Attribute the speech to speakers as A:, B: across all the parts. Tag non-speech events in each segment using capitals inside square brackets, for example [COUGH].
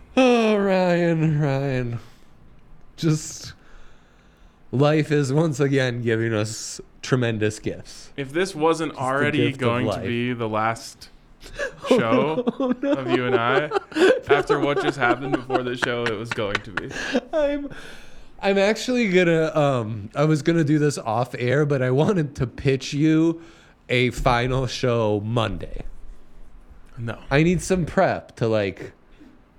A: Oh, Ryan, Ryan. Just life is once again giving us tremendous gifts.
B: If this wasn't already
A: gift of
B: going to
A: life. Oh,
B: be the
A: [LAUGHS]
B: last show of you and I, after what just happened before the show, it was going to be.
A: I'm I'm actually gonna um I was gonna do this off air, but I wanted to pitch you a final show Monday.
B: No.
A: I need some prep to like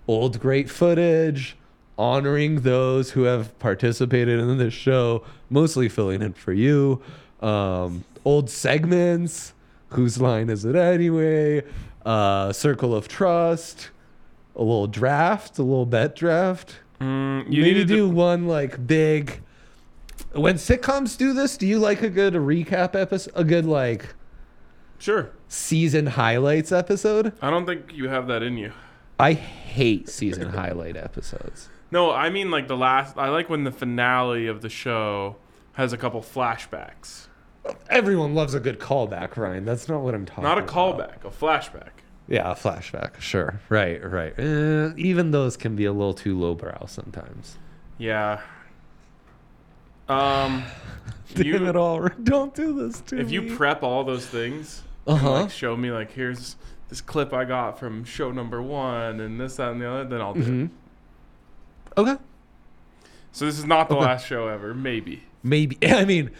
A: old great footage, honoring those who have participated in this show, mostly filling in for you, um, old segments, whose line is it anyway, uh, circle of trust, a little draft, a little bet draft.
B: Mm, you
A: Maybe
B: needed to,
A: do one like big. When sitcoms do this, do you like a good recap episode, a good like
B: sure.
A: season highlights episode?
B: I don't think you have that in you.
A: I hate season highlight episodes.
B: No, I mean like the last. I like when the finale of the show has a couple flashbacks.
A: Everyone loves a good callback, Ryan. That's not what I'm talking.
B: Not a
A: about.
B: callback, a flashback.
A: Yeah, a flashback. Sure. Right. Right. Eh, even those can be a little too lowbrow sometimes.
B: Yeah. Um, You-
A: [LAUGHS] Damn it all! Don't do this to
B: if you
A: press
B: prep all those things,
A: uh
B: and,
A: huh.
B: like show me like here's this clip I got from show number one and this that and the other, then I'll do it.
A: Mhm. Okay.
B: So this is not the last show ever, maybe.
A: Maybe. [LAUGHS] I mean,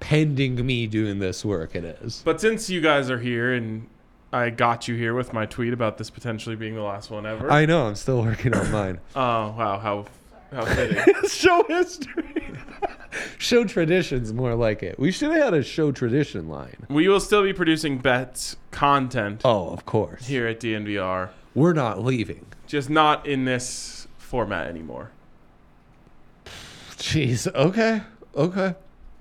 A: pending me doing this work, it is.
B: But since you guys are here and I got you here with my tweet about this potentially being the last one ever.
A: I know. I'm still working
B: [LAUGHS]
A: on mine.
B: oh wow, how how fitting.
A: [LAUGHS] show history. [LAUGHS] show traditions, more like it. We should have had a show tradition line.
B: we will still be producing bets content
A: Oh, of course.
B: here at DNVR,
A: We're not leaving.
B: just not in this format anymore.
A: Jeez. Okay. Okay.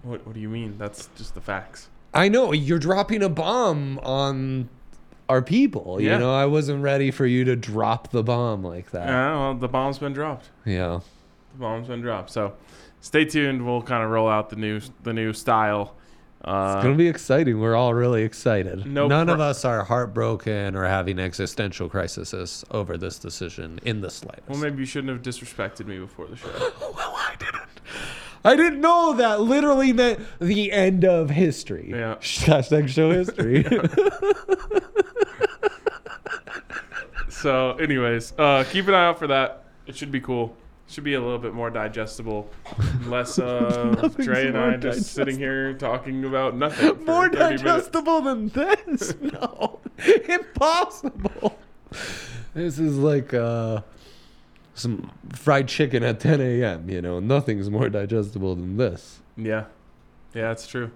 B: What What do you mean? That's just the facts.
A: I know you're dropping a bomb on our people.
B: Yeah.
A: You know, I wasn't ready for you to drop the bomb like
B: Uh,
A: that.
B: well, the bomb's been dropped.
A: yeah.
B: The bomb's been dropped. So, stay tuned. We'll kind of roll out the new the new style. Uh,
A: It's gonna be exciting. We're all really excited.
B: No
A: None
B: pro-
A: of us are heartbroken or having existential crises over this decision in the slightest.
B: well, maybe you shouldn't have disrespected me before the show.
A: [LAUGHS] Well, I didn't. I didn't know that literally meant the end of history.
B: Yeah.
A: [LAUGHS] Hashtag show history.
B: [LAUGHS] So, anyways, uh, keep an eye out for that. It should be cool. Should be a little bit more digestible,
A: [LAUGHS]
B: less uh,
A: Nothing's
B: Dre and
A: more
B: I just sitting here talking about nothing. for
A: More
B: 30 minutes.
A: digestible than this? [LAUGHS] No. Impossible. This is like uh, some fried chicken at 10 a.m. You know, nothing's more digestible than this.
B: Yeah, yeah, it's true.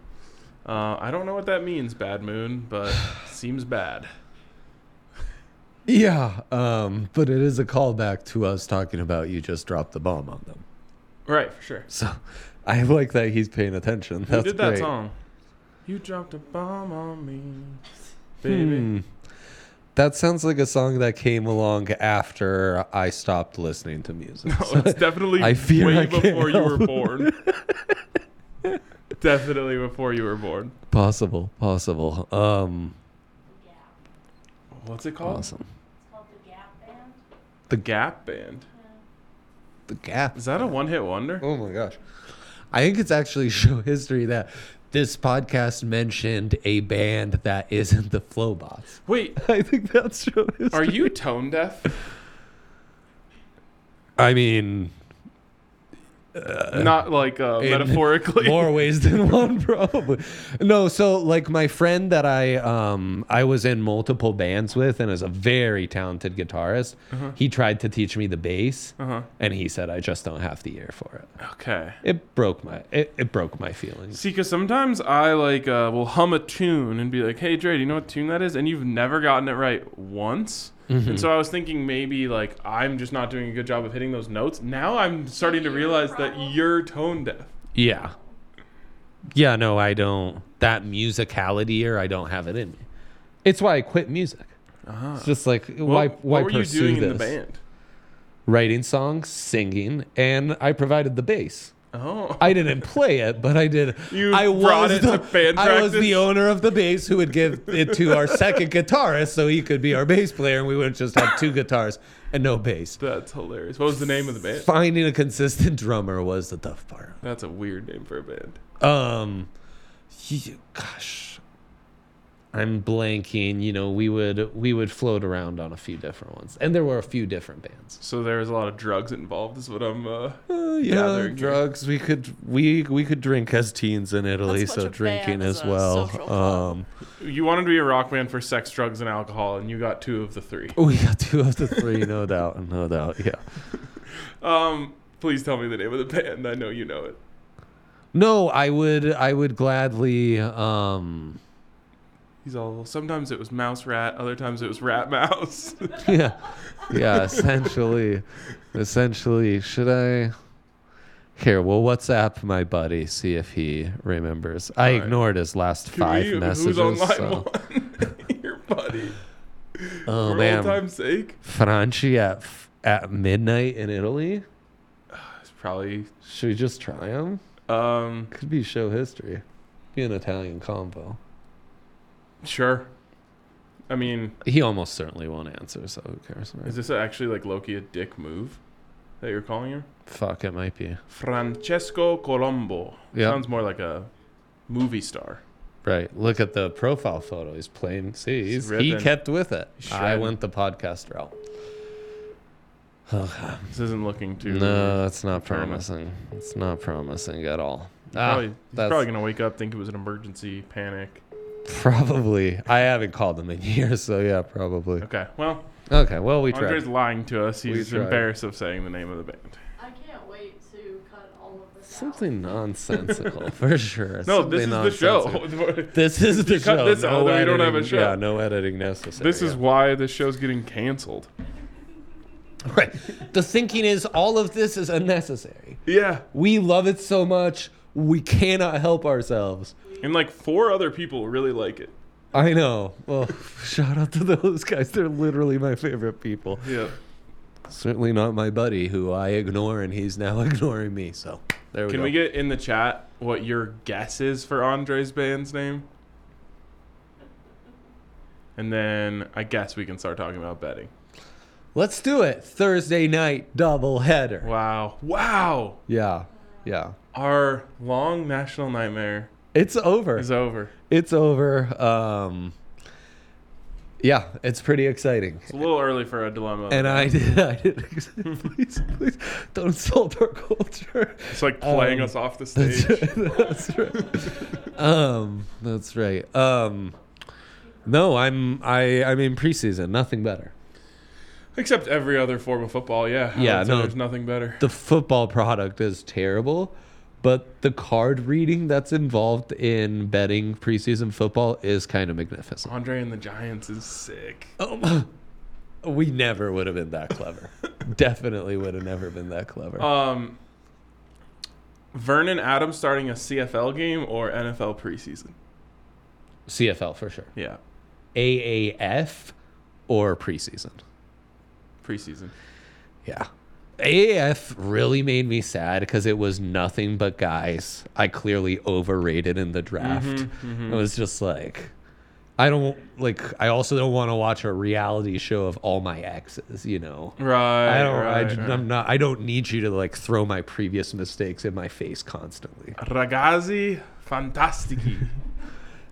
B: Uh, I don't know what that means, Bad Moon,
A: [SIGHS]
B: but seems bad.
A: Yeah, um, but it is a callback to us talking about you just dropped the bomb on them.
B: Right, for sure.
A: So I like that he's paying attention. That's
B: Who did that
A: great.
B: song? You dropped a bomb on me, baby.
A: Hmm. That sounds like a song that came along after I stopped listening to music.
B: Oh, it's definitely
A: I fear
B: way
A: I can't
B: before you were
A: help.
B: born. definitely before you were born.
A: possible, possible. Um,
B: What's it called?
A: awesome.
B: The Gap Band.
A: The gap.
B: Is that a one hit wonder?
A: Oh my gosh. I think it's actually [LAUGHS] show history that this podcast mentioned a band that isn't the Flowbots. [LAUGHS]
B: Wait,
A: I think that's show history.
B: are you tone deaf?
A: [LAUGHS] I mean,
B: Not like uh,
A: in
B: metaphorically.
A: more ways than [LAUGHS] one probably no so like my friend that i um i was in multiple bands with and is a very talented guitarist he tried to teach me the bass
B: Uh-huh.
A: and he said i just don't have the ear for it
B: Okay.
A: it broke my it, it broke my feelings
B: See, because sometimes I like uh, will hum a tune and be like, "Hey Dre, do you know what tune that is?" And you've never gotten it right once,
A: Mm-hmm.
B: And so I was thinking maybe like I'm just not doing a good job of hitting those notes. Now I'm starting to realize that you're tone deaf.
A: Yeah. Yeah, no, I don't. That musicality or I don't have it in me. It's why I quit music. It's just like why
B: Uh-huh. What-
A: why
B: what were you
A: pursue
B: doing
A: this?
B: in the band?
A: Writing songs, singing, and I provided the bass.
B: Oh,
A: I didn't [LAUGHS] play it, but I did.
B: You
A: I
B: brought it to band
A: I was the
B: practice?
A: owner of the bass who would give it to
B: [LAUGHS]
A: our second guitarist, so he could be our bass player, and we wouldn't just have two guitars and no bass.
B: that's hilarious. What was the name of the band?
A: Finding a consistent [LAUGHS] drummer was the tough part.
B: That's a weird name for a band.
A: Um, y- gosh, I'm blanking. You know, we would we would float around on a few different ones, and there were a few different bands.
B: So there was a lot of drugs involved. Is what I'm. Uh, [LAUGHS]
A: Uh, yeah,
B: Gathering.
A: drugs. We could we we could drink as teens in Italy,
C: That's much
A: so
C: of
A: drinking
C: band
A: as
C: as a
A: well.
C: social club.
A: Um, [LAUGHS]
B: you wanted to be a rock band for sex, drugs, and alcohol, and you got two of the three.
A: we got two of the three, no [LAUGHS] doubt, no doubt. Yeah.
B: Um, please tell me the name of the band. I know you know it.
A: No, I would I would gladly. Um,
B: He's all. Sometimes it was Mouse Rat. Other times it was Rat Mouse. [LAUGHS]
A: [LAUGHS] yeah, yeah. Essentially, essentially, should I? Here, we'll WhatsApp my buddy see if he remembers.
B: All
A: I
B: right.
A: ignored his last
B: Can
A: five
B: we-
A: messages.
B: Who's on line
A: so-
B: [LAUGHS] one? Your buddy.
A: Oh
B: For
A: man,
B: old time's sake.
A: Franchi at f- at midnight in Italy.
B: It's probably.
A: Should we just try him?
B: Um.
A: Could be show history. Be an Italian combo.
B: Sure. I mean,
A: He almost certainly won't answer, so who cares? right?
B: is this actually like Loki a dick move that you're calling him?
A: Fuck, it might be.
B: Francesco Colombo.
A: Yeah.
B: Sounds more like a movie star.
A: Right. Look at the profile photo. He's playing. See,
B: He's
A: he's, he
B: ripping.
A: kept with it.
B: He's
A: I
B: shredding.
A: went the podcast route.
B: This isn't looking too.
A: No, that's not
B: Fair enough.
A: promising. It's not promising at all. Ah,
B: Probably, he's
A: that's
B: probably gonna wake up, think it was an emergency, panic.
A: probably. I haven't called him in [LAUGHS] years, so yeah, probably.
B: Okay, well,
A: Okay, well, we tried.
B: Andre's lying to us.
A: We
B: He's
A: tried.
B: embarrassed of saying the name of the band.
C: I can't wait to cut all of this
B: [LAUGHS]
A: Something nonsensical, for sure.
B: No,
A: Something
B: this is the
A: nonsensical.
B: show. [LAUGHS]
A: This is the
B: cut
A: show.
B: this out,
A: no
B: then we
A: editing,
B: don't have a show.
A: Yeah, no editing necessary.
B: this is
A: yeah.
B: why this show's getting canceled.
A: [LAUGHS] right. The thinking is all of this is unnecessary.
B: Yeah,
A: We love it so much, we cannot help ourselves.
B: and like four other people really like it.
A: I know. Well, [LAUGHS] shout out to those guys. They're literally my favorite people.
B: Yeah,
A: Certainly not my buddy, who I ignore, and he's now [LAUGHS] ignoring me. So there we
B: can
A: go.
B: we get in the chat what your guess is for Andre's band's name? And then I guess we can start talking about betting.
A: Let's do it. Thursday night double header.
B: Wow, wow,
A: Yeah, yeah.
B: our long national nightmare
A: It's over.
B: is over.
A: It's over. Um, yeah, it's pretty exciting.
B: It's a little early for a dilemma.
A: And I [LAUGHS] did. I did. please, please, don't insult our culture.
B: it's like playing
A: um,
B: us off the stage.
A: That's [LAUGHS] right. That's right. um, that's right. Um, no, I'm I I'm in preseason. Nothing better.
B: Except every other form of football, yeah. I
A: Yeah,
B: would say
A: no.
B: There's nothing better.
A: The football product is terrible, but the card reading that's involved in betting preseason football is kind of magnificent.
B: Andre and the Giants is sick.
A: Um, [CLEARS THROAT] we never would have been that clever. [LAUGHS] Uh, Definitely would have never been that clever.
B: Um, Vernon Adams starting a CFL game or NFL preseason?
A: CFL for sure.
B: Yeah,
A: AAF or preseason.
B: preseason.
A: Yeah. AAF really made me sad because it was nothing but guys I clearly overrated in the draft.
B: Mm-hmm,
A: It was just like, I don't like, I also don't want to watch a reality show of all my exes, you know?
B: Right.
A: I don't, I,
B: Right, right.
A: am not, I don't need you to like throw my previous mistakes in my face constantly.
B: Ragazzi
A: [LAUGHS]
B: fantastici.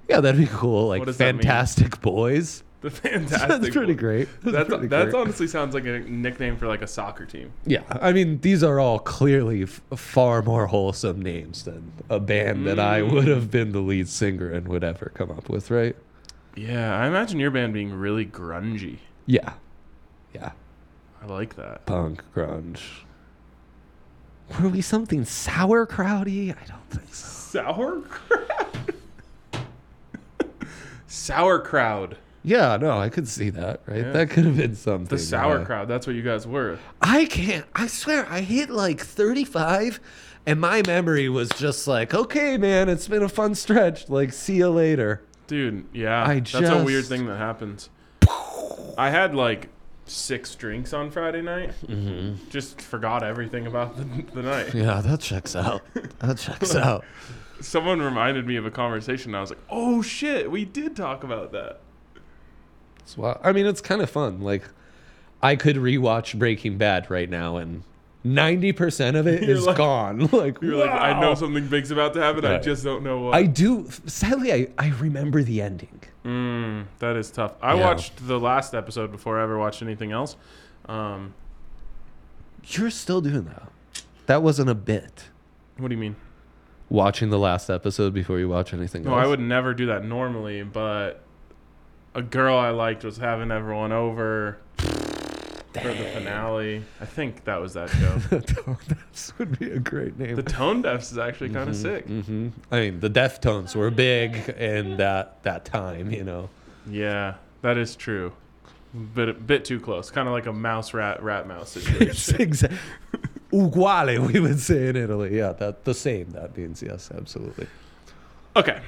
A: Yeah, that'd be cool. Like,
B: does that mean?
A: fantastic boys. [LAUGHS]
B: The fantastic.
A: That's pretty
B: Boys.
A: great.
B: That's,
A: pretty
B: that's
A: great.
B: honestly sounds like a nickname for like a soccer team.
A: Yeah, I mean, these are all clearly f- far more wholesome names than a band that I would have been the lead singer and would ever come up with, right?
B: Yeah, I imagine your band being really grungy.
A: Yeah, yeah,
B: I like that.
A: punk grunge. Were we something sauerkrauty? I don't think so.
B: [LAUGHS] Sauerkraut. Sauerkraut.
A: Yeah, no, I could see that, right?
B: Yeah.
A: That could have been something.
B: The sour
A: yeah.
B: crowd. That's what you guys were.
A: I can't. I swear, I hit like 35, and my memory was just like, okay, man, it's been a fun stretch. Like, see you later.
B: Dude, yeah.
A: I
B: That's a weird
A: just-
B: thing that happens. I had like six drinks on Friday night. Mm-hmm. Just forgot everything about the, the night.
A: Yeah, that checks out. That [LAUGHS] checks out.
B: Someone reminded me of a conversation. And I was like, oh shit, we did talk about that.
A: It's wild. I mean, it's kind of fun. Like, I could rewatch Breaking Bad right now, and 90% of it
B: You're
A: is
B: like-
A: gone. [LAUGHS] like,
B: You're like, I know
A: wow.
B: something big's about to happen. I
A: Right.
B: just don't know what.
A: I do. Sadly, I, I remember the ending.
B: Mm, that is tough. I
A: Yeah.
B: watched the last episode before I ever watched anything else. Um,
A: You're still doing that. That wasn't a bit.
B: what do you mean?
A: Watching the last episode before you watch anything
B: No,
A: else. [LAUGHS]
B: I would never do that normally, but a girl I liked was having everyone over for the finale. I think that was that show.
A: [LAUGHS] the Tone Deafs would be a great name.
B: the Tone Deafs is actually kind of sick.
A: hmm I mean, the Deftones were big in that that time, you know.
B: Yeah, that is true. But a bit too close. Kind of like a mouse rat rat mouse
A: It's
B: situation.
A: exactly uguale, [LAUGHS] we would say in Italy. Yeah, that the same. That means yes, absolutely. [LAUGHS]
B: okay.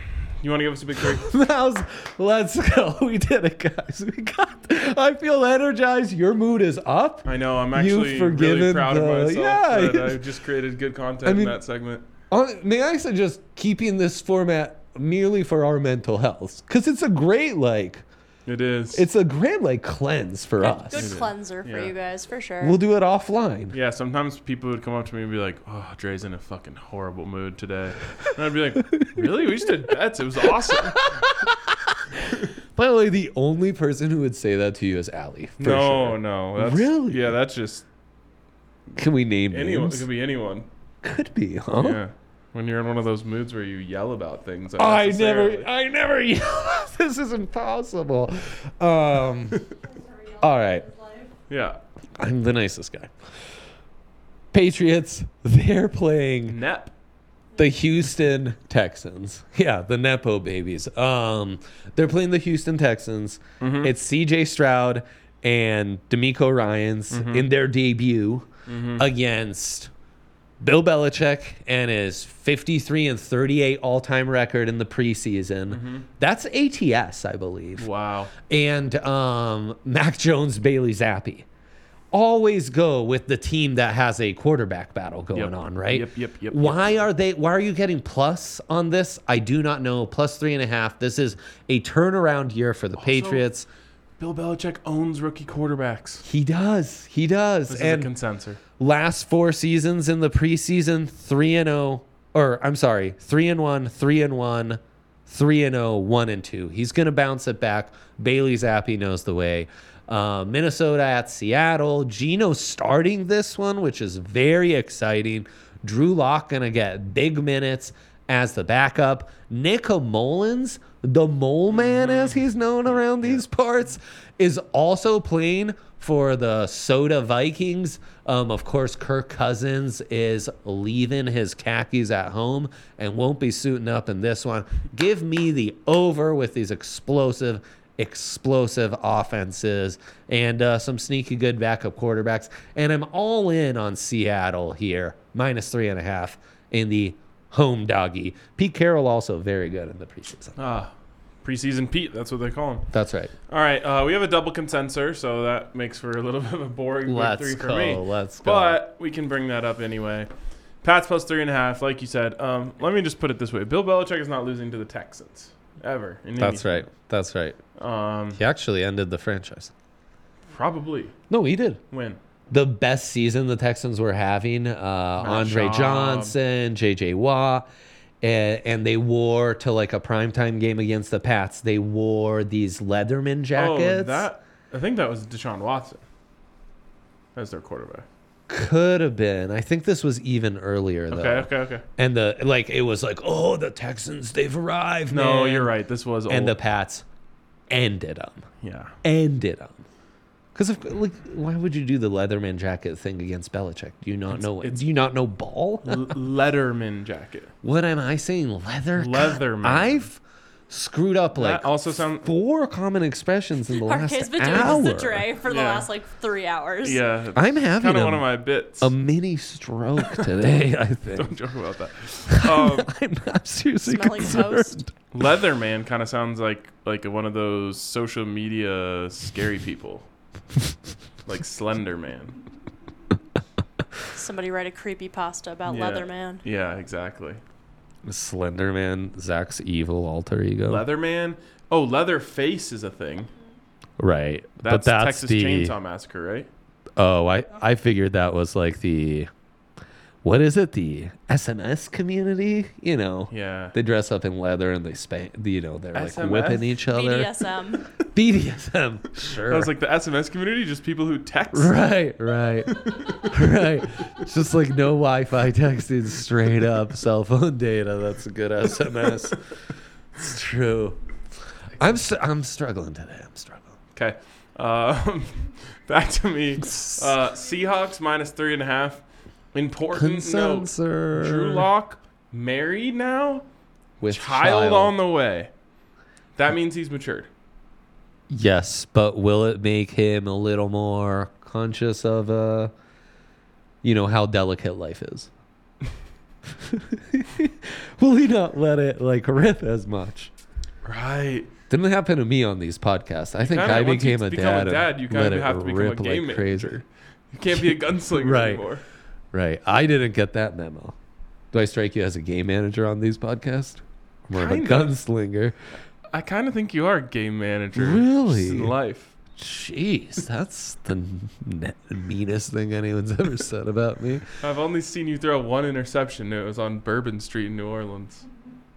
B: You want to give us a big three?
A: How's, let's go. [LAUGHS] We did it, guys. We got. I feel energized. Your mood is up.
B: I know. I'm actually
A: You've
B: really
A: forgiven
B: proud
A: the-
B: of myself
A: yeah,
B: that
A: you-
B: I just created good content
A: [LAUGHS] I mean-
B: in that segment.
A: Hon- Uh, May I suggest keeping this format merely for our mental health? Because it's a great like.
B: It is.
A: It's a great like cleanse for us.
B: It is.
D: Good cleanser for
B: Yeah.
D: you guys, for sure.
A: We'll do it offline.
B: yeah. Sometimes people would come up to me and be like, "Oh, Dre's in a fucking horrible mood today," and I'd be like, "Really? We just did bets. It was
A: [LAUGHS]
B: awesome."
A: By the way, the only person who would say that to you is Allie. For
B: no,
A: sure.
B: no. That's,
A: Really?
B: Yeah. That's just
A: Can we name
B: anyone. It
A: names?
B: could be anyone.
A: Could be, huh?
B: Yeah. When you're in one of those moods where you yell about things.
A: I
B: unnecessarily.
A: never, I never. [LAUGHS] this is impossible. Um, [LAUGHS] all right,
B: Yeah.
A: I'm the nicest guy. Patriots, they're playing
B: Nep.
A: the Houston Texans. [LAUGHS] Yeah, the Nepo babies. Um, they're playing the Houston Texans. It's C.J. Stroud and D'Amico Ryan's in their debut against Bill Belichick and his 53 and 38 all-time record in the preseason. That's ATS, I believe
B: Wow.
A: and um, Mac Jones, Bailey Zappi. Always go with the team that has a quarterback battle going
B: Yep.
A: on, right?
B: Yep, yep, yep,
A: Why are they? Why are you getting plus on this? I do not know. Plus three and a half. This is a turnaround year for the Patriots.
B: Bill Belichick owns rookie quarterbacks.
A: He does. He does.
B: This
A: and
B: is a consensor.
A: last four seasons in the preseason, three and zero, or I'm sorry, three and one, three and one, three and zero, one and two. He's gonna bounce it back. Bailey Zappi knows the way. Uh, Minnesota at Seattle. Gino starting this one, which is very exciting. Drew Lock gonna get big minutes as the backup. Nico Mullins, the mole man as he's known around these parts, is also playing for the Soda Vikings. Um, of course, Kirk Cousins is leaving his khakis at home and won't be suiting up in this one. Give me the over with these explosive, explosive offenses and uh, some sneaky good backup quarterbacks. And I'm all in on Seattle here, minus three and a half in the home doggy. Pete Carroll also very good in the preseason.
B: Ah, preseason Pete. That's what they call him.
A: That's right.
B: All right, uh, we have a double consensor, so that makes for a little [LAUGHS] bit of a boring week
A: Let's
B: three for
A: go,
B: me.
A: let's go.
B: But we can bring that up anyway. Pats plus three and a half, like you said. Um, let me just put it this way: Bill Belichick is not losing to the Texans ever. in
A: That's right. That's right.
B: any- Um,
A: He actually ended the franchise.
B: probably
A: No, he did.
B: win.
A: The best season the Texans were having, uh, Andre
B: Schaub.
A: Johnson, JJ Watt, and, and they wore to like a primetime game against the Pats. They wore these Leatherman jackets.
B: Oh, that I think that was Deshaun Watson as their quarterback.
A: could have been. I think this was even earlier though.
B: Okay, okay, okay.
A: And the like, it was like, oh, the Texans, they've arrived.
B: No,
A: man."
B: you're right. This was old.
A: And the Pats ended them.
B: yeah.
A: ended him. Because like, why would you do the Leatherman jacket thing against Belichick? Do you not know?
B: it's-
A: do you not know ball?
B: L- Letterman jacket.
A: what am I saying? Leather. God,
B: Leatherman.
A: I've screwed up like
B: That also sound-
A: four common expressions in the
D: Our
A: last
D: kids been doing
A: hour.
D: this to Dre for the
B: Yeah.
D: last like three hours.
B: Yeah.
A: I'm having
B: kind
A: a,
B: of one of my bits.
A: a
B: [LAUGHS]
A: mini stroke today. I think
B: Don't
A: [LAUGHS]
B: joke about that. Um, [LAUGHS]
A: I'm not seriously
D: Smelling
A: concerned.
D: toast.
B: Leatherman kind of sounds like like one of those social media scary people, like Slender Man.
D: Somebody write a creepy pasta about
B: Yeah.
D: Leatherman.
B: Yeah, exactly.
A: Slenderman, Zach's evil alter ego.
B: Leatherman. Oh, Leatherface is a thing.
A: Right,
B: That's,
A: but that's
B: Texas
A: the
B: Chainsaw Massacre, right?
A: oh, I I figured that was like the what is it the SMS community? You know,
B: Yeah.
A: they dress up in leather and they spank. You know, they're like
B: SMS?
A: whipping each other.
D: BDSM.
A: BDSM, sure.
B: That was like the SMS community, just people who text.
A: [LAUGHS] Right, right, [LAUGHS] right. It's just like no Wi Fi texting, straight up cell phone data. That's a good SMS. It's true. I'm st- I'm struggling today. I'm struggling.
B: Okay. Um, [LAUGHS] back to
A: [LAUGHS]
B: me. Uh, Seahawks minus three and a half. Important note.
A: Consensor.
B: Drew Lock married now.
A: with
B: Child on the way. That means he's matured.
A: Yes, but will it make him a little more conscious of uh, you know, how delicate life is? [LAUGHS] will he not let it like rip as much?
B: Right.
A: Didn't happen to me on these podcasts. I think
B: kinda-
A: I
B: once you
A: became a
B: become a
A: dad. and
B: dad, you
A: let
B: kinda
A: it
B: have to become a
A: rip
B: game
A: like
B: manager.
A: crazy.
B: You can't be a gunslinger
A: Right.
B: anymore.
A: Right. I didn't get that memo. Do I strike you as a game manager on these podcasts? More of a
B: Kinda.
A: gunslinger.
B: I kind of think you are a game manager.
A: Really?
B: Just in life.
A: Jeez, that's the ne- meanest thing anyone's [LAUGHS] ever said about me.
B: I've only seen you throw one interception. It was on Bourbon Street in New Orleans.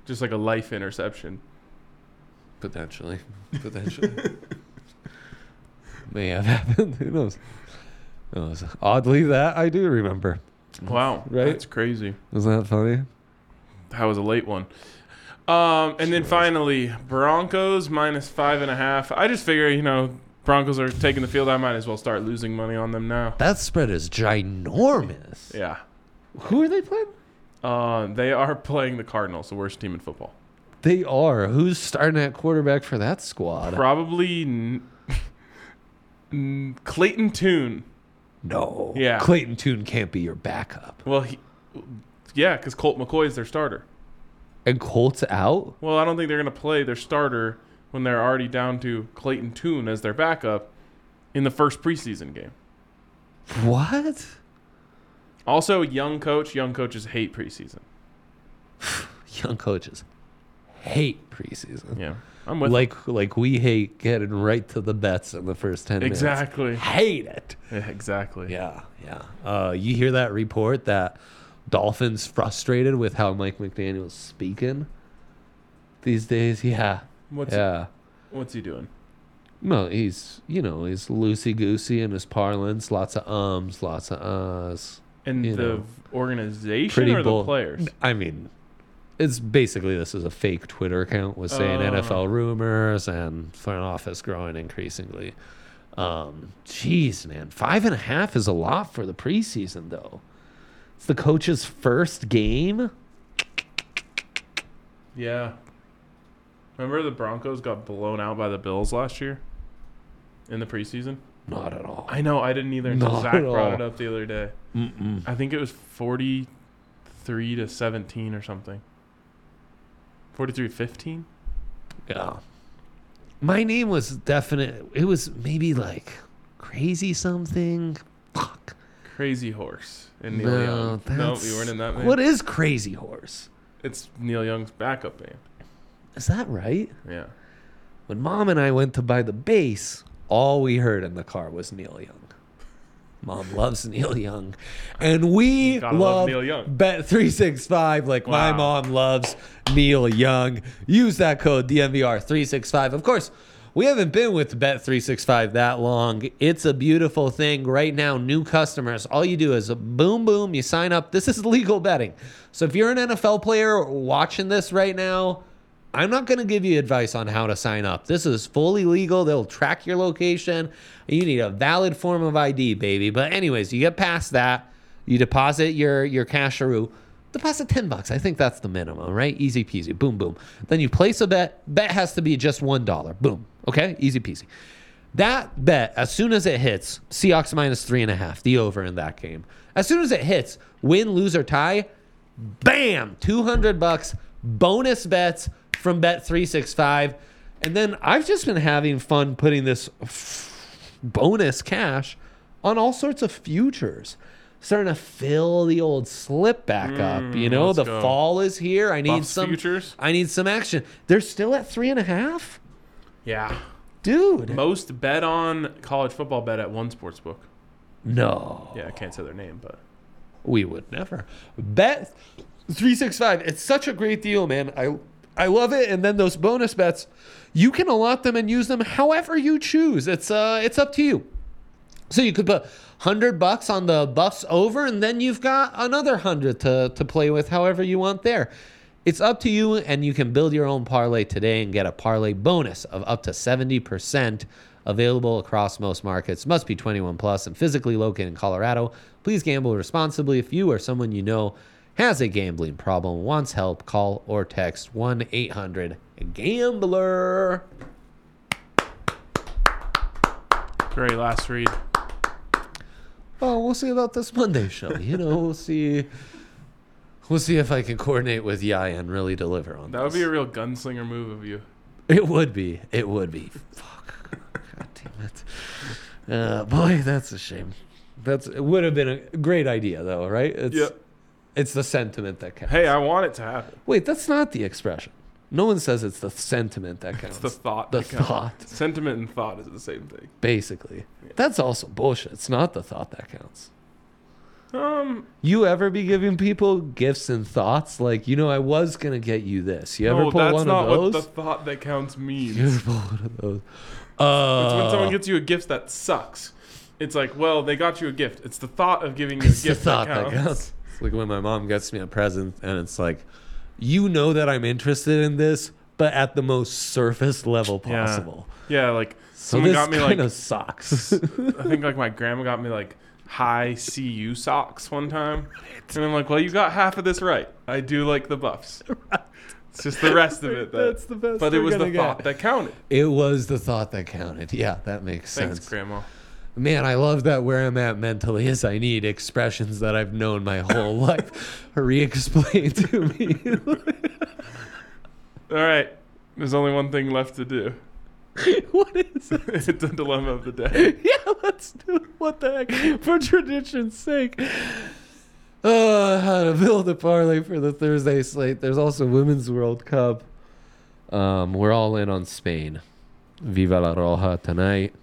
B: Just like a life interception.
A: Potentially. Potentially. May have happened. Who knows? Who knows? Oddly, that I do remember.
B: Wow.
A: Right?
B: That's crazy.
A: Isn't that funny?
B: That was a late one. Um, and then finally, Broncos minus five and a half. I just figure, you know, Broncos are taking the field. I might as well start losing money on them now.
A: That spread is ginormous.
B: Yeah.
A: Who are they playing?
B: Uh, they are [LAUGHS] playing the Cardinals, the worst team in football.
A: They are. Who's starting at quarterback for that squad?
B: Probably n- n- Clayton Toon.
A: no.
B: Yeah.
A: Clayton Toon can't be your backup.
B: Well, he, yeah, because Colt McCoy is their starter.
A: And Colt's out?
B: Well, I don't think they're going to play their starter when they're already down to Clayton Toon as their backup in the first preseason game.
A: What?
B: Also, young coach. Young coaches hate preseason.
A: Young coaches hate preseason.
B: Yeah, I'm with
A: Like like we hate getting right to the bets in the first ten minutes.
B: exactly,
A: [LAUGHS] Hate it.
B: Yeah, exactly.
A: Yeah, yeah. Uh, you hear that report that Dolphins frustrated with how Mike McDaniel's speaking these days? Yeah,
B: What's
A: yeah.
B: what's he doing?
A: No, he's you know he's loosey goosey in his parlance. Lots of ums, lots of uhs.
B: And
A: You
B: the
A: know,
B: v- organization
A: pretty
B: or
A: bold.
B: the players?
A: I mean, it's basically this is a fake Twitter account with saying
B: Oh.
A: NFL rumors and front office growing increasingly. Um, jeez, man, five and a half is a lot for the preseason though. It's the coach's first game.
B: Yeah. Remember the Broncos got blown out by the Bills last year in the preseason?
A: Not at all.
B: I know I didn't either until
A: [LAUGHS] Not
B: Zach
A: at
B: brought
A: all.
B: it up the other day.
A: Mm-mm.
B: I think it was forty-three to seventeen or something. 43-15?
A: Yeah. My name was definite. It was maybe like crazy something. Fuck.
B: Crazy horse and Neil
A: No,
B: Young.
A: that's,
B: No, we weren't in that. Man.
A: What is Crazy Horse?
B: It's Neil Young's backup band.
A: Is that right?
B: Yeah.
A: When mom and I went to buy the bass, all we heard in the car was Neil Young. Mom loves Neil Young. And we
B: gotta
A: love,
B: love Neil Young.
A: Bet365 like my
B: Wow.
A: mom loves Neil Young. Use that code DMVR365. Of course, we haven't been with Bet365 that long. It's a beautiful thing. Right now, new customers, all you do is boom, boom, you sign up. This is legal betting. So if you're an NFL player watching this right now, I'm not going to give you advice on how to sign up. This is fully legal. They'll track your location. You need a valid form of ID, baby. But anyways, you get past that, you deposit your your casharoo. deposit 10 bucks. I think that's the minimum, right? Easy peasy. Boom, boom. Then you place a bet. Bet has to be just $1. Boom. Okay? Easy peasy. That bet, as soon as it hits, Seahawks minus three and a half, the over in that game. As soon as it hits, win, lose, or tie, bam, 200 bucks bonus bets from Bet365. And then I've just been having fun putting this f- bonus cash on all sorts of futures. Starting to fill the old slip back up. You know,
B: Mm, let's
A: the
B: go.
A: fall is here. I need
B: Buffs
A: some
B: futures?
A: I need some action. They're still at three and a half?
B: Yeah.
A: Dude.
B: Most bet on college football bet at one sports book.
A: no.
B: Yeah, I can't say their name, but
A: We would never. Bet 365. It's such a great deal, man. I I love it. And then those bonus bets, you can allot them and use them however you choose. It's uh it's up to you. So you could put 100 bucks on the buffs over and then you've got another 100 to to play with however you want there. It's up to you and you can build your own parlay today and get a parlay bonus of up to 70% available across most markets. Must be 21 plus and physically located in Colorado. Please gamble responsibly. If you or someone you know has a gambling problem, wants help, call or text 1-800-GAMBLER.
B: great last read.
A: Oh, we'll see about this Monday show. You know,
B: [LAUGHS]
A: we'll see. We'll see if I can coordinate with Yaya and really deliver on
B: That would
A: this.
B: be a real gunslinger move of you.
A: it would be. It would be. Fuck. God damn it. Uh, boy, that's a shame. That's it would have been a great idea though, right? It's
B: Yep.
A: it's the sentiment that counts.
B: Hey, I want it to happen.
A: Wait, that's not the expression. No one says it's the sentiment that counts.
B: It's the thought.
A: The
B: that counts.
A: thought.
B: Sentiment and thought is the same thing.
A: basically. That's also bullshit. It's not the thought that counts.
B: Um,
A: You ever be giving people gifts and thoughts like, you know, I was gonna get you this. You ever
B: no,
A: pull
B: that's
A: one
B: not
A: of those? [LAUGHS]
B: what the thought that counts means.
A: you ever pull one of those?
B: It's when
A: Uh,
B: someone gets you a gift that sucks. It's like, well, they got you a gift. It's the thought of giving you a
A: [LAUGHS] it's the
B: gift
A: thought
B: that
A: that
B: counts.
A: counts. It's like when my mom gets me a present and it's like, you know that I'm interested in this, but at the most surface level
B: Yeah.
A: possible.
B: Yeah, like
A: So
B: someone
A: this
B: got me
A: kind
B: like [LAUGHS]
A: of sucks.
B: I think like my grandma got me like high CU socks one time, and I'm like, well, you got half of this right. I do like the
A: [LAUGHS]
B: buffs. It's just the rest of it. That,
A: That's the best
B: But it
A: we're
B: was the
A: gonna
B: thought
A: get.
B: that counted.
A: it was the thought that counted. Yeah, that makes
B: Thanks,
A: sense.
B: Grandma.
A: Man, I love that where I'm at mentally is I need expressions that I've known my whole life re-explained to me. [LAUGHS]
B: All right, there's only one thing left to do. [LAUGHS]
A: what is it? [LAUGHS]
B: it's a dilemma of the day.
A: Yeah, let's do it. What the heck? For tradition's sake. Uh, how to build a parlay for the Thursday slate. There's also Women's World Cup. Um, we're all in on Spain. Viva la Roja tonight.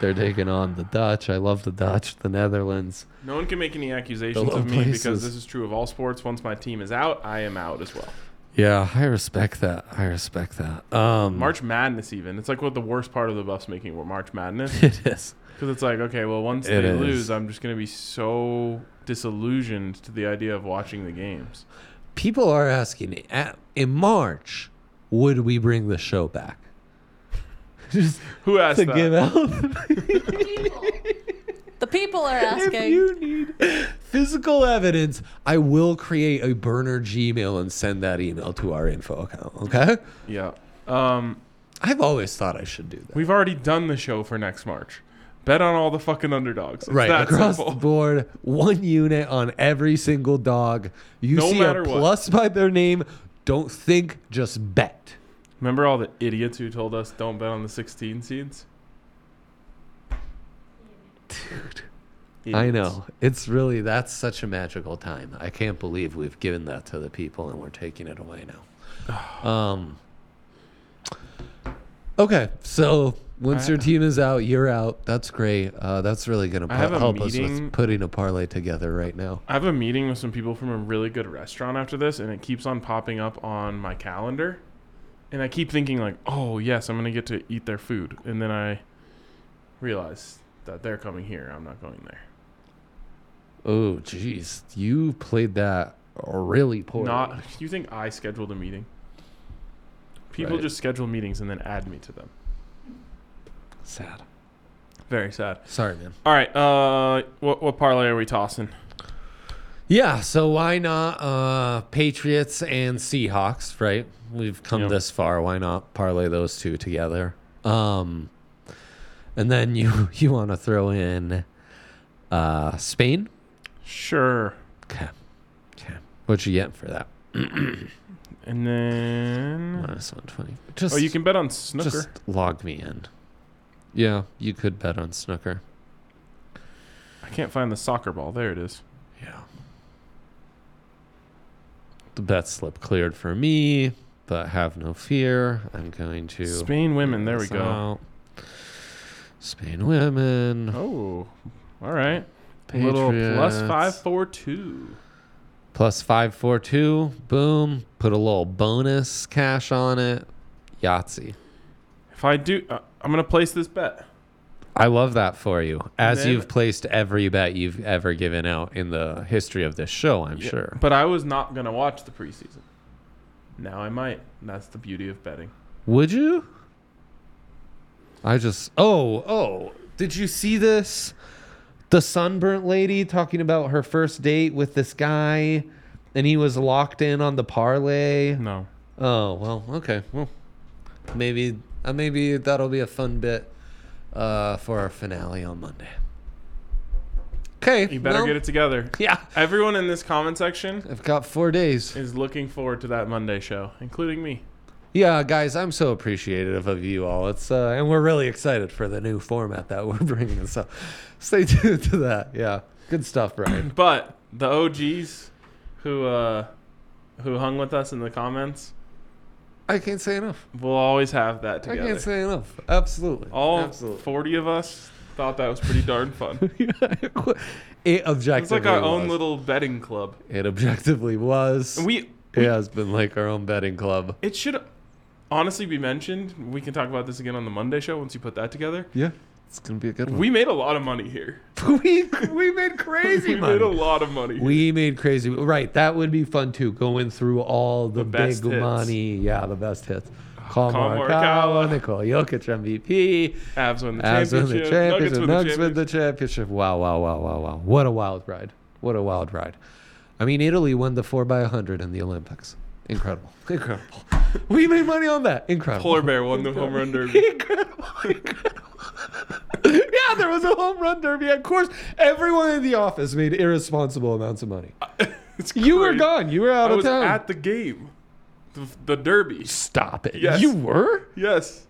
A: They're taking on the Dutch. I love the Dutch, the Netherlands.
B: No one can make any accusations
A: low
B: of me because
A: places.
B: this is true of all sports. Once my team is out, I am out as well.
A: Yeah, I respect that. I respect that. Um,
B: March Madness, even it's like what the worst part of the buffs making were March
A: [LAUGHS]
B: Madness.
A: It is.
B: Because it's like, okay, well, once
A: It
B: they
A: is.
B: lose, I'm just going to be so disillusioned to the idea of watching the games.
A: People are asking at, in March, would we bring the show back? Just
B: Who asked
A: to
B: that?
A: give out.
B: [LAUGHS]
C: People,
D: The people are
A: if
D: asking.
A: you need physical evidence, I will create a burner Gmail and send that email to our info account. Okay.
B: Yeah. Um,
A: I've always thought I should do that.
B: we've already done the show for next March. Bet on all the fucking underdogs. It's
A: Right
B: that
A: across
B: simple.
A: the board, one unit on every single dog. You
B: No
A: see a
B: matter what.
A: plus by their name. Don't think, just bet.
B: Remember all the idiots who told us don't bet on the 16 seeds? Dude.
A: I know. It's really that's such a magical time. I can't believe we've given that to the people and we're taking it away
B: [SIGHS]
A: now. Um Okay, so once
B: I-
A: your team is out, you're out. That's great. Uh, that's really gonna
B: I have a
A: help us
B: meeting-
A: with putting a parlay together right now.
B: I have a meeting with some people from a really good restaurant after this, and it keeps on popping up on my calendar. And I keep thinking, like, oh, yes, I'm going to get to eat their food. And then I realize that they're coming here. I'm not going there.
A: Oh, jeez, you played that really poorly.
B: Not, you think I scheduled a meeting? People
A: Right.
B: just schedule meetings and then add me to them.
A: sad.
B: Very sad.
A: Sorry, man.
B: All right. Uh, what, what parlay are we tossing?
A: Yeah, so why not uh, Patriots and Seahawks, right? We've come
B: Yeah.
A: this far. Why not parlay those two together? Um, and then you [LAUGHS] you want to throw in uh, Spain?
B: Sure.
A: Okay. Okay. What you get for that?
B: And then
A: Minus 120. Just,
B: Hmm. oh, you can bet on snooker.
A: just log me in. Yeah, you could bet on snooker.
B: I can't find the soccer ball. There it is.
A: Yeah. The bet slip cleared for me, but have no fear. I'm going to.
B: Spain women. There we
A: this
B: go.
A: out. Spain women.
B: Oh, all right. Little plus five
A: Patriots.
B: four two.
A: Plus 542. Boom. Put a little bonus cash on it. Yahtzee.
B: If I do, uh, I'm gonna place this bet.
A: I love that for you. As
B: then-
A: you've placed every bet you've ever given out in the history of this show, I'm
B: Yeah,
A: sure.
B: But I was not gonna watch the preseason. Now I might. That's the beauty of betting.
A: Would you? I just oh oh. Did you see this? The sunburnt lady talking about her first date with this guy, and he was locked in on the parlay.
B: No.
A: Oh well, okay. Well, maybe uh, maybe that'll be a fun bit uh, for our finale on Monday. Okay.
B: You better
A: well,
B: get it together.
A: Yeah,
B: Everyone in this comment section
A: I've got four days.
B: is looking forward to that Monday show, including me.
A: Yeah, guys, I'm so appreciative of you all. It's uh, and we're really excited for the new format that [LAUGHS] we're bringing. So stay tuned to that. Yeah, good
B: [CLEARS THROAT]
A: stuff, Brian.
B: But the OGs who uh, who hung with us in the comments
A: I can't say enough.
B: will always have that together.
A: I can't say enough. Absolutely.
B: All
A: Absolutely. [LAUGHS]
B: 40 of us thought that was pretty darn fun.
A: it objectively
B: It's like our own
A: was.
B: little betting club.
A: It objectively was.
B: And we
A: it has been like our own betting club.
B: it should honestly be mentioned. We can talk about this again on the Monday show once you put that together.
A: Yeah, it's gonna be a good one.
B: We made a lot of money here. [LAUGHS]
A: we [LAUGHS] we made crazy
B: We made a lot of money.
A: We made crazy. Right, that would be fun too. Going through all the,
B: best
A: big
B: hits.
A: money, yeah, the best hits. Call
B: Kyle
A: Morikawa,
B: Morikawa.
A: Nicole Jokic MVP,
B: Avs won the
A: Avs win the
B: championship. Nuggets win
A: championship,
B: the
A: Nuggets win
B: championship.
A: the championship. Wow, wow, wow, wow, wow! What a wild ride! What a wild ride! I mean, Italy won the four by hundred in the Olympics.
B: [LAUGHS]
A: Incredible, incredible. we made money on that. Incredible.
B: Polar bear won the home run [LAUGHS] derby.
A: Incredible, incredible. [LAUGHS] yeah, there was a home run derby. Of course, everyone in the office made irresponsible amounts of money.
B: It's
A: You were
B: crazy.
A: gone. You were
B: I
A: out of
B: was
A: town.
B: at the game, the, the derby.
A: Stop it.
B: Yes.
A: You were?
B: Yes,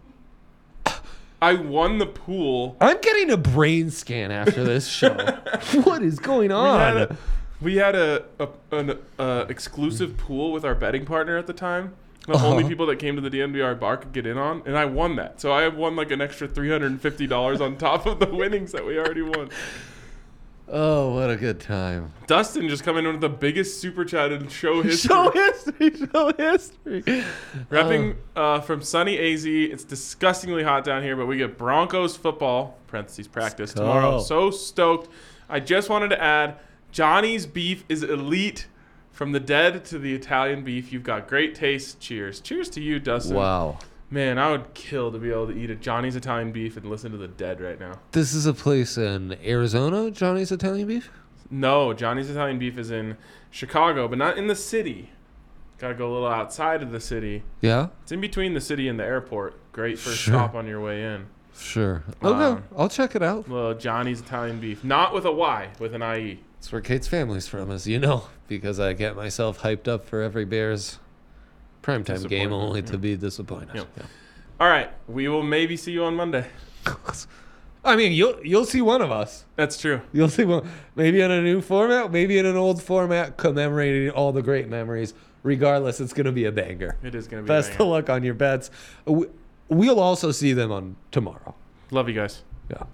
B: I won the pool.
A: I'm getting a brain scan after
B: [LAUGHS]
A: this show. what is going
B: We had
A: on?
B: a, we had a, a an uh, exclusive pool with our betting partner at the time. The only people that came to the DNVR bar could get in on, and I won that. So I won like an extra three hundred and fifty dollars on top of the [LAUGHS] winnings that we already won.
A: Oh, what a good time.
B: Dustin just coming in with the biggest super chat in show history.
A: [LAUGHS] Show history. Show history. Um,
B: Repping
A: Oh.
B: uh, from sunny AZ. It's disgustingly hot down here, but we get Broncos football (parentheses practice)
A: go.
B: tomorrow. So stoked! I just wanted to add, Johnny's beef is elite. From the dead to the Italian beef, you've got great taste. Cheers! Cheers to you, Dustin.
A: Wow.
B: Man, I would kill to be able to eat a Johnny's Italian beef and listen to the dead right now.
A: This is a place in Arizona, Johnny's Italian Beef?
B: No, Johnny's Italian beef is in Chicago, but not in the city. Got to go a little outside of the city.
A: Yeah,
B: It's in between the city and the airport. Great first
A: Sure.
B: stop on your way in.
A: sure. Okay,
B: Um,
A: I'll check it out.
B: Well, Johnny's Italian beef, not with a Y, with an I E.
A: It's where Kate's family's from, as you know, because I get myself hyped up for every Bears primetime game
B: Disappointment,
A: only
B: yeah.
A: to be disappointed.
B: Yep.
A: Yeah.
B: All right, we will maybe see you on Monday.
A: I mean, you'll you'll see one of us.
B: That's true.
A: You'll see one, maybe in a new format, maybe in an old format, commemorating all the great memories. Regardless, it's gonna be a banger.
B: It is gonna be. a
A: Best
B: banger.
A: of luck on your bets. We- We'll also see them on tomorrow.
B: Love you guys.
A: Yeah.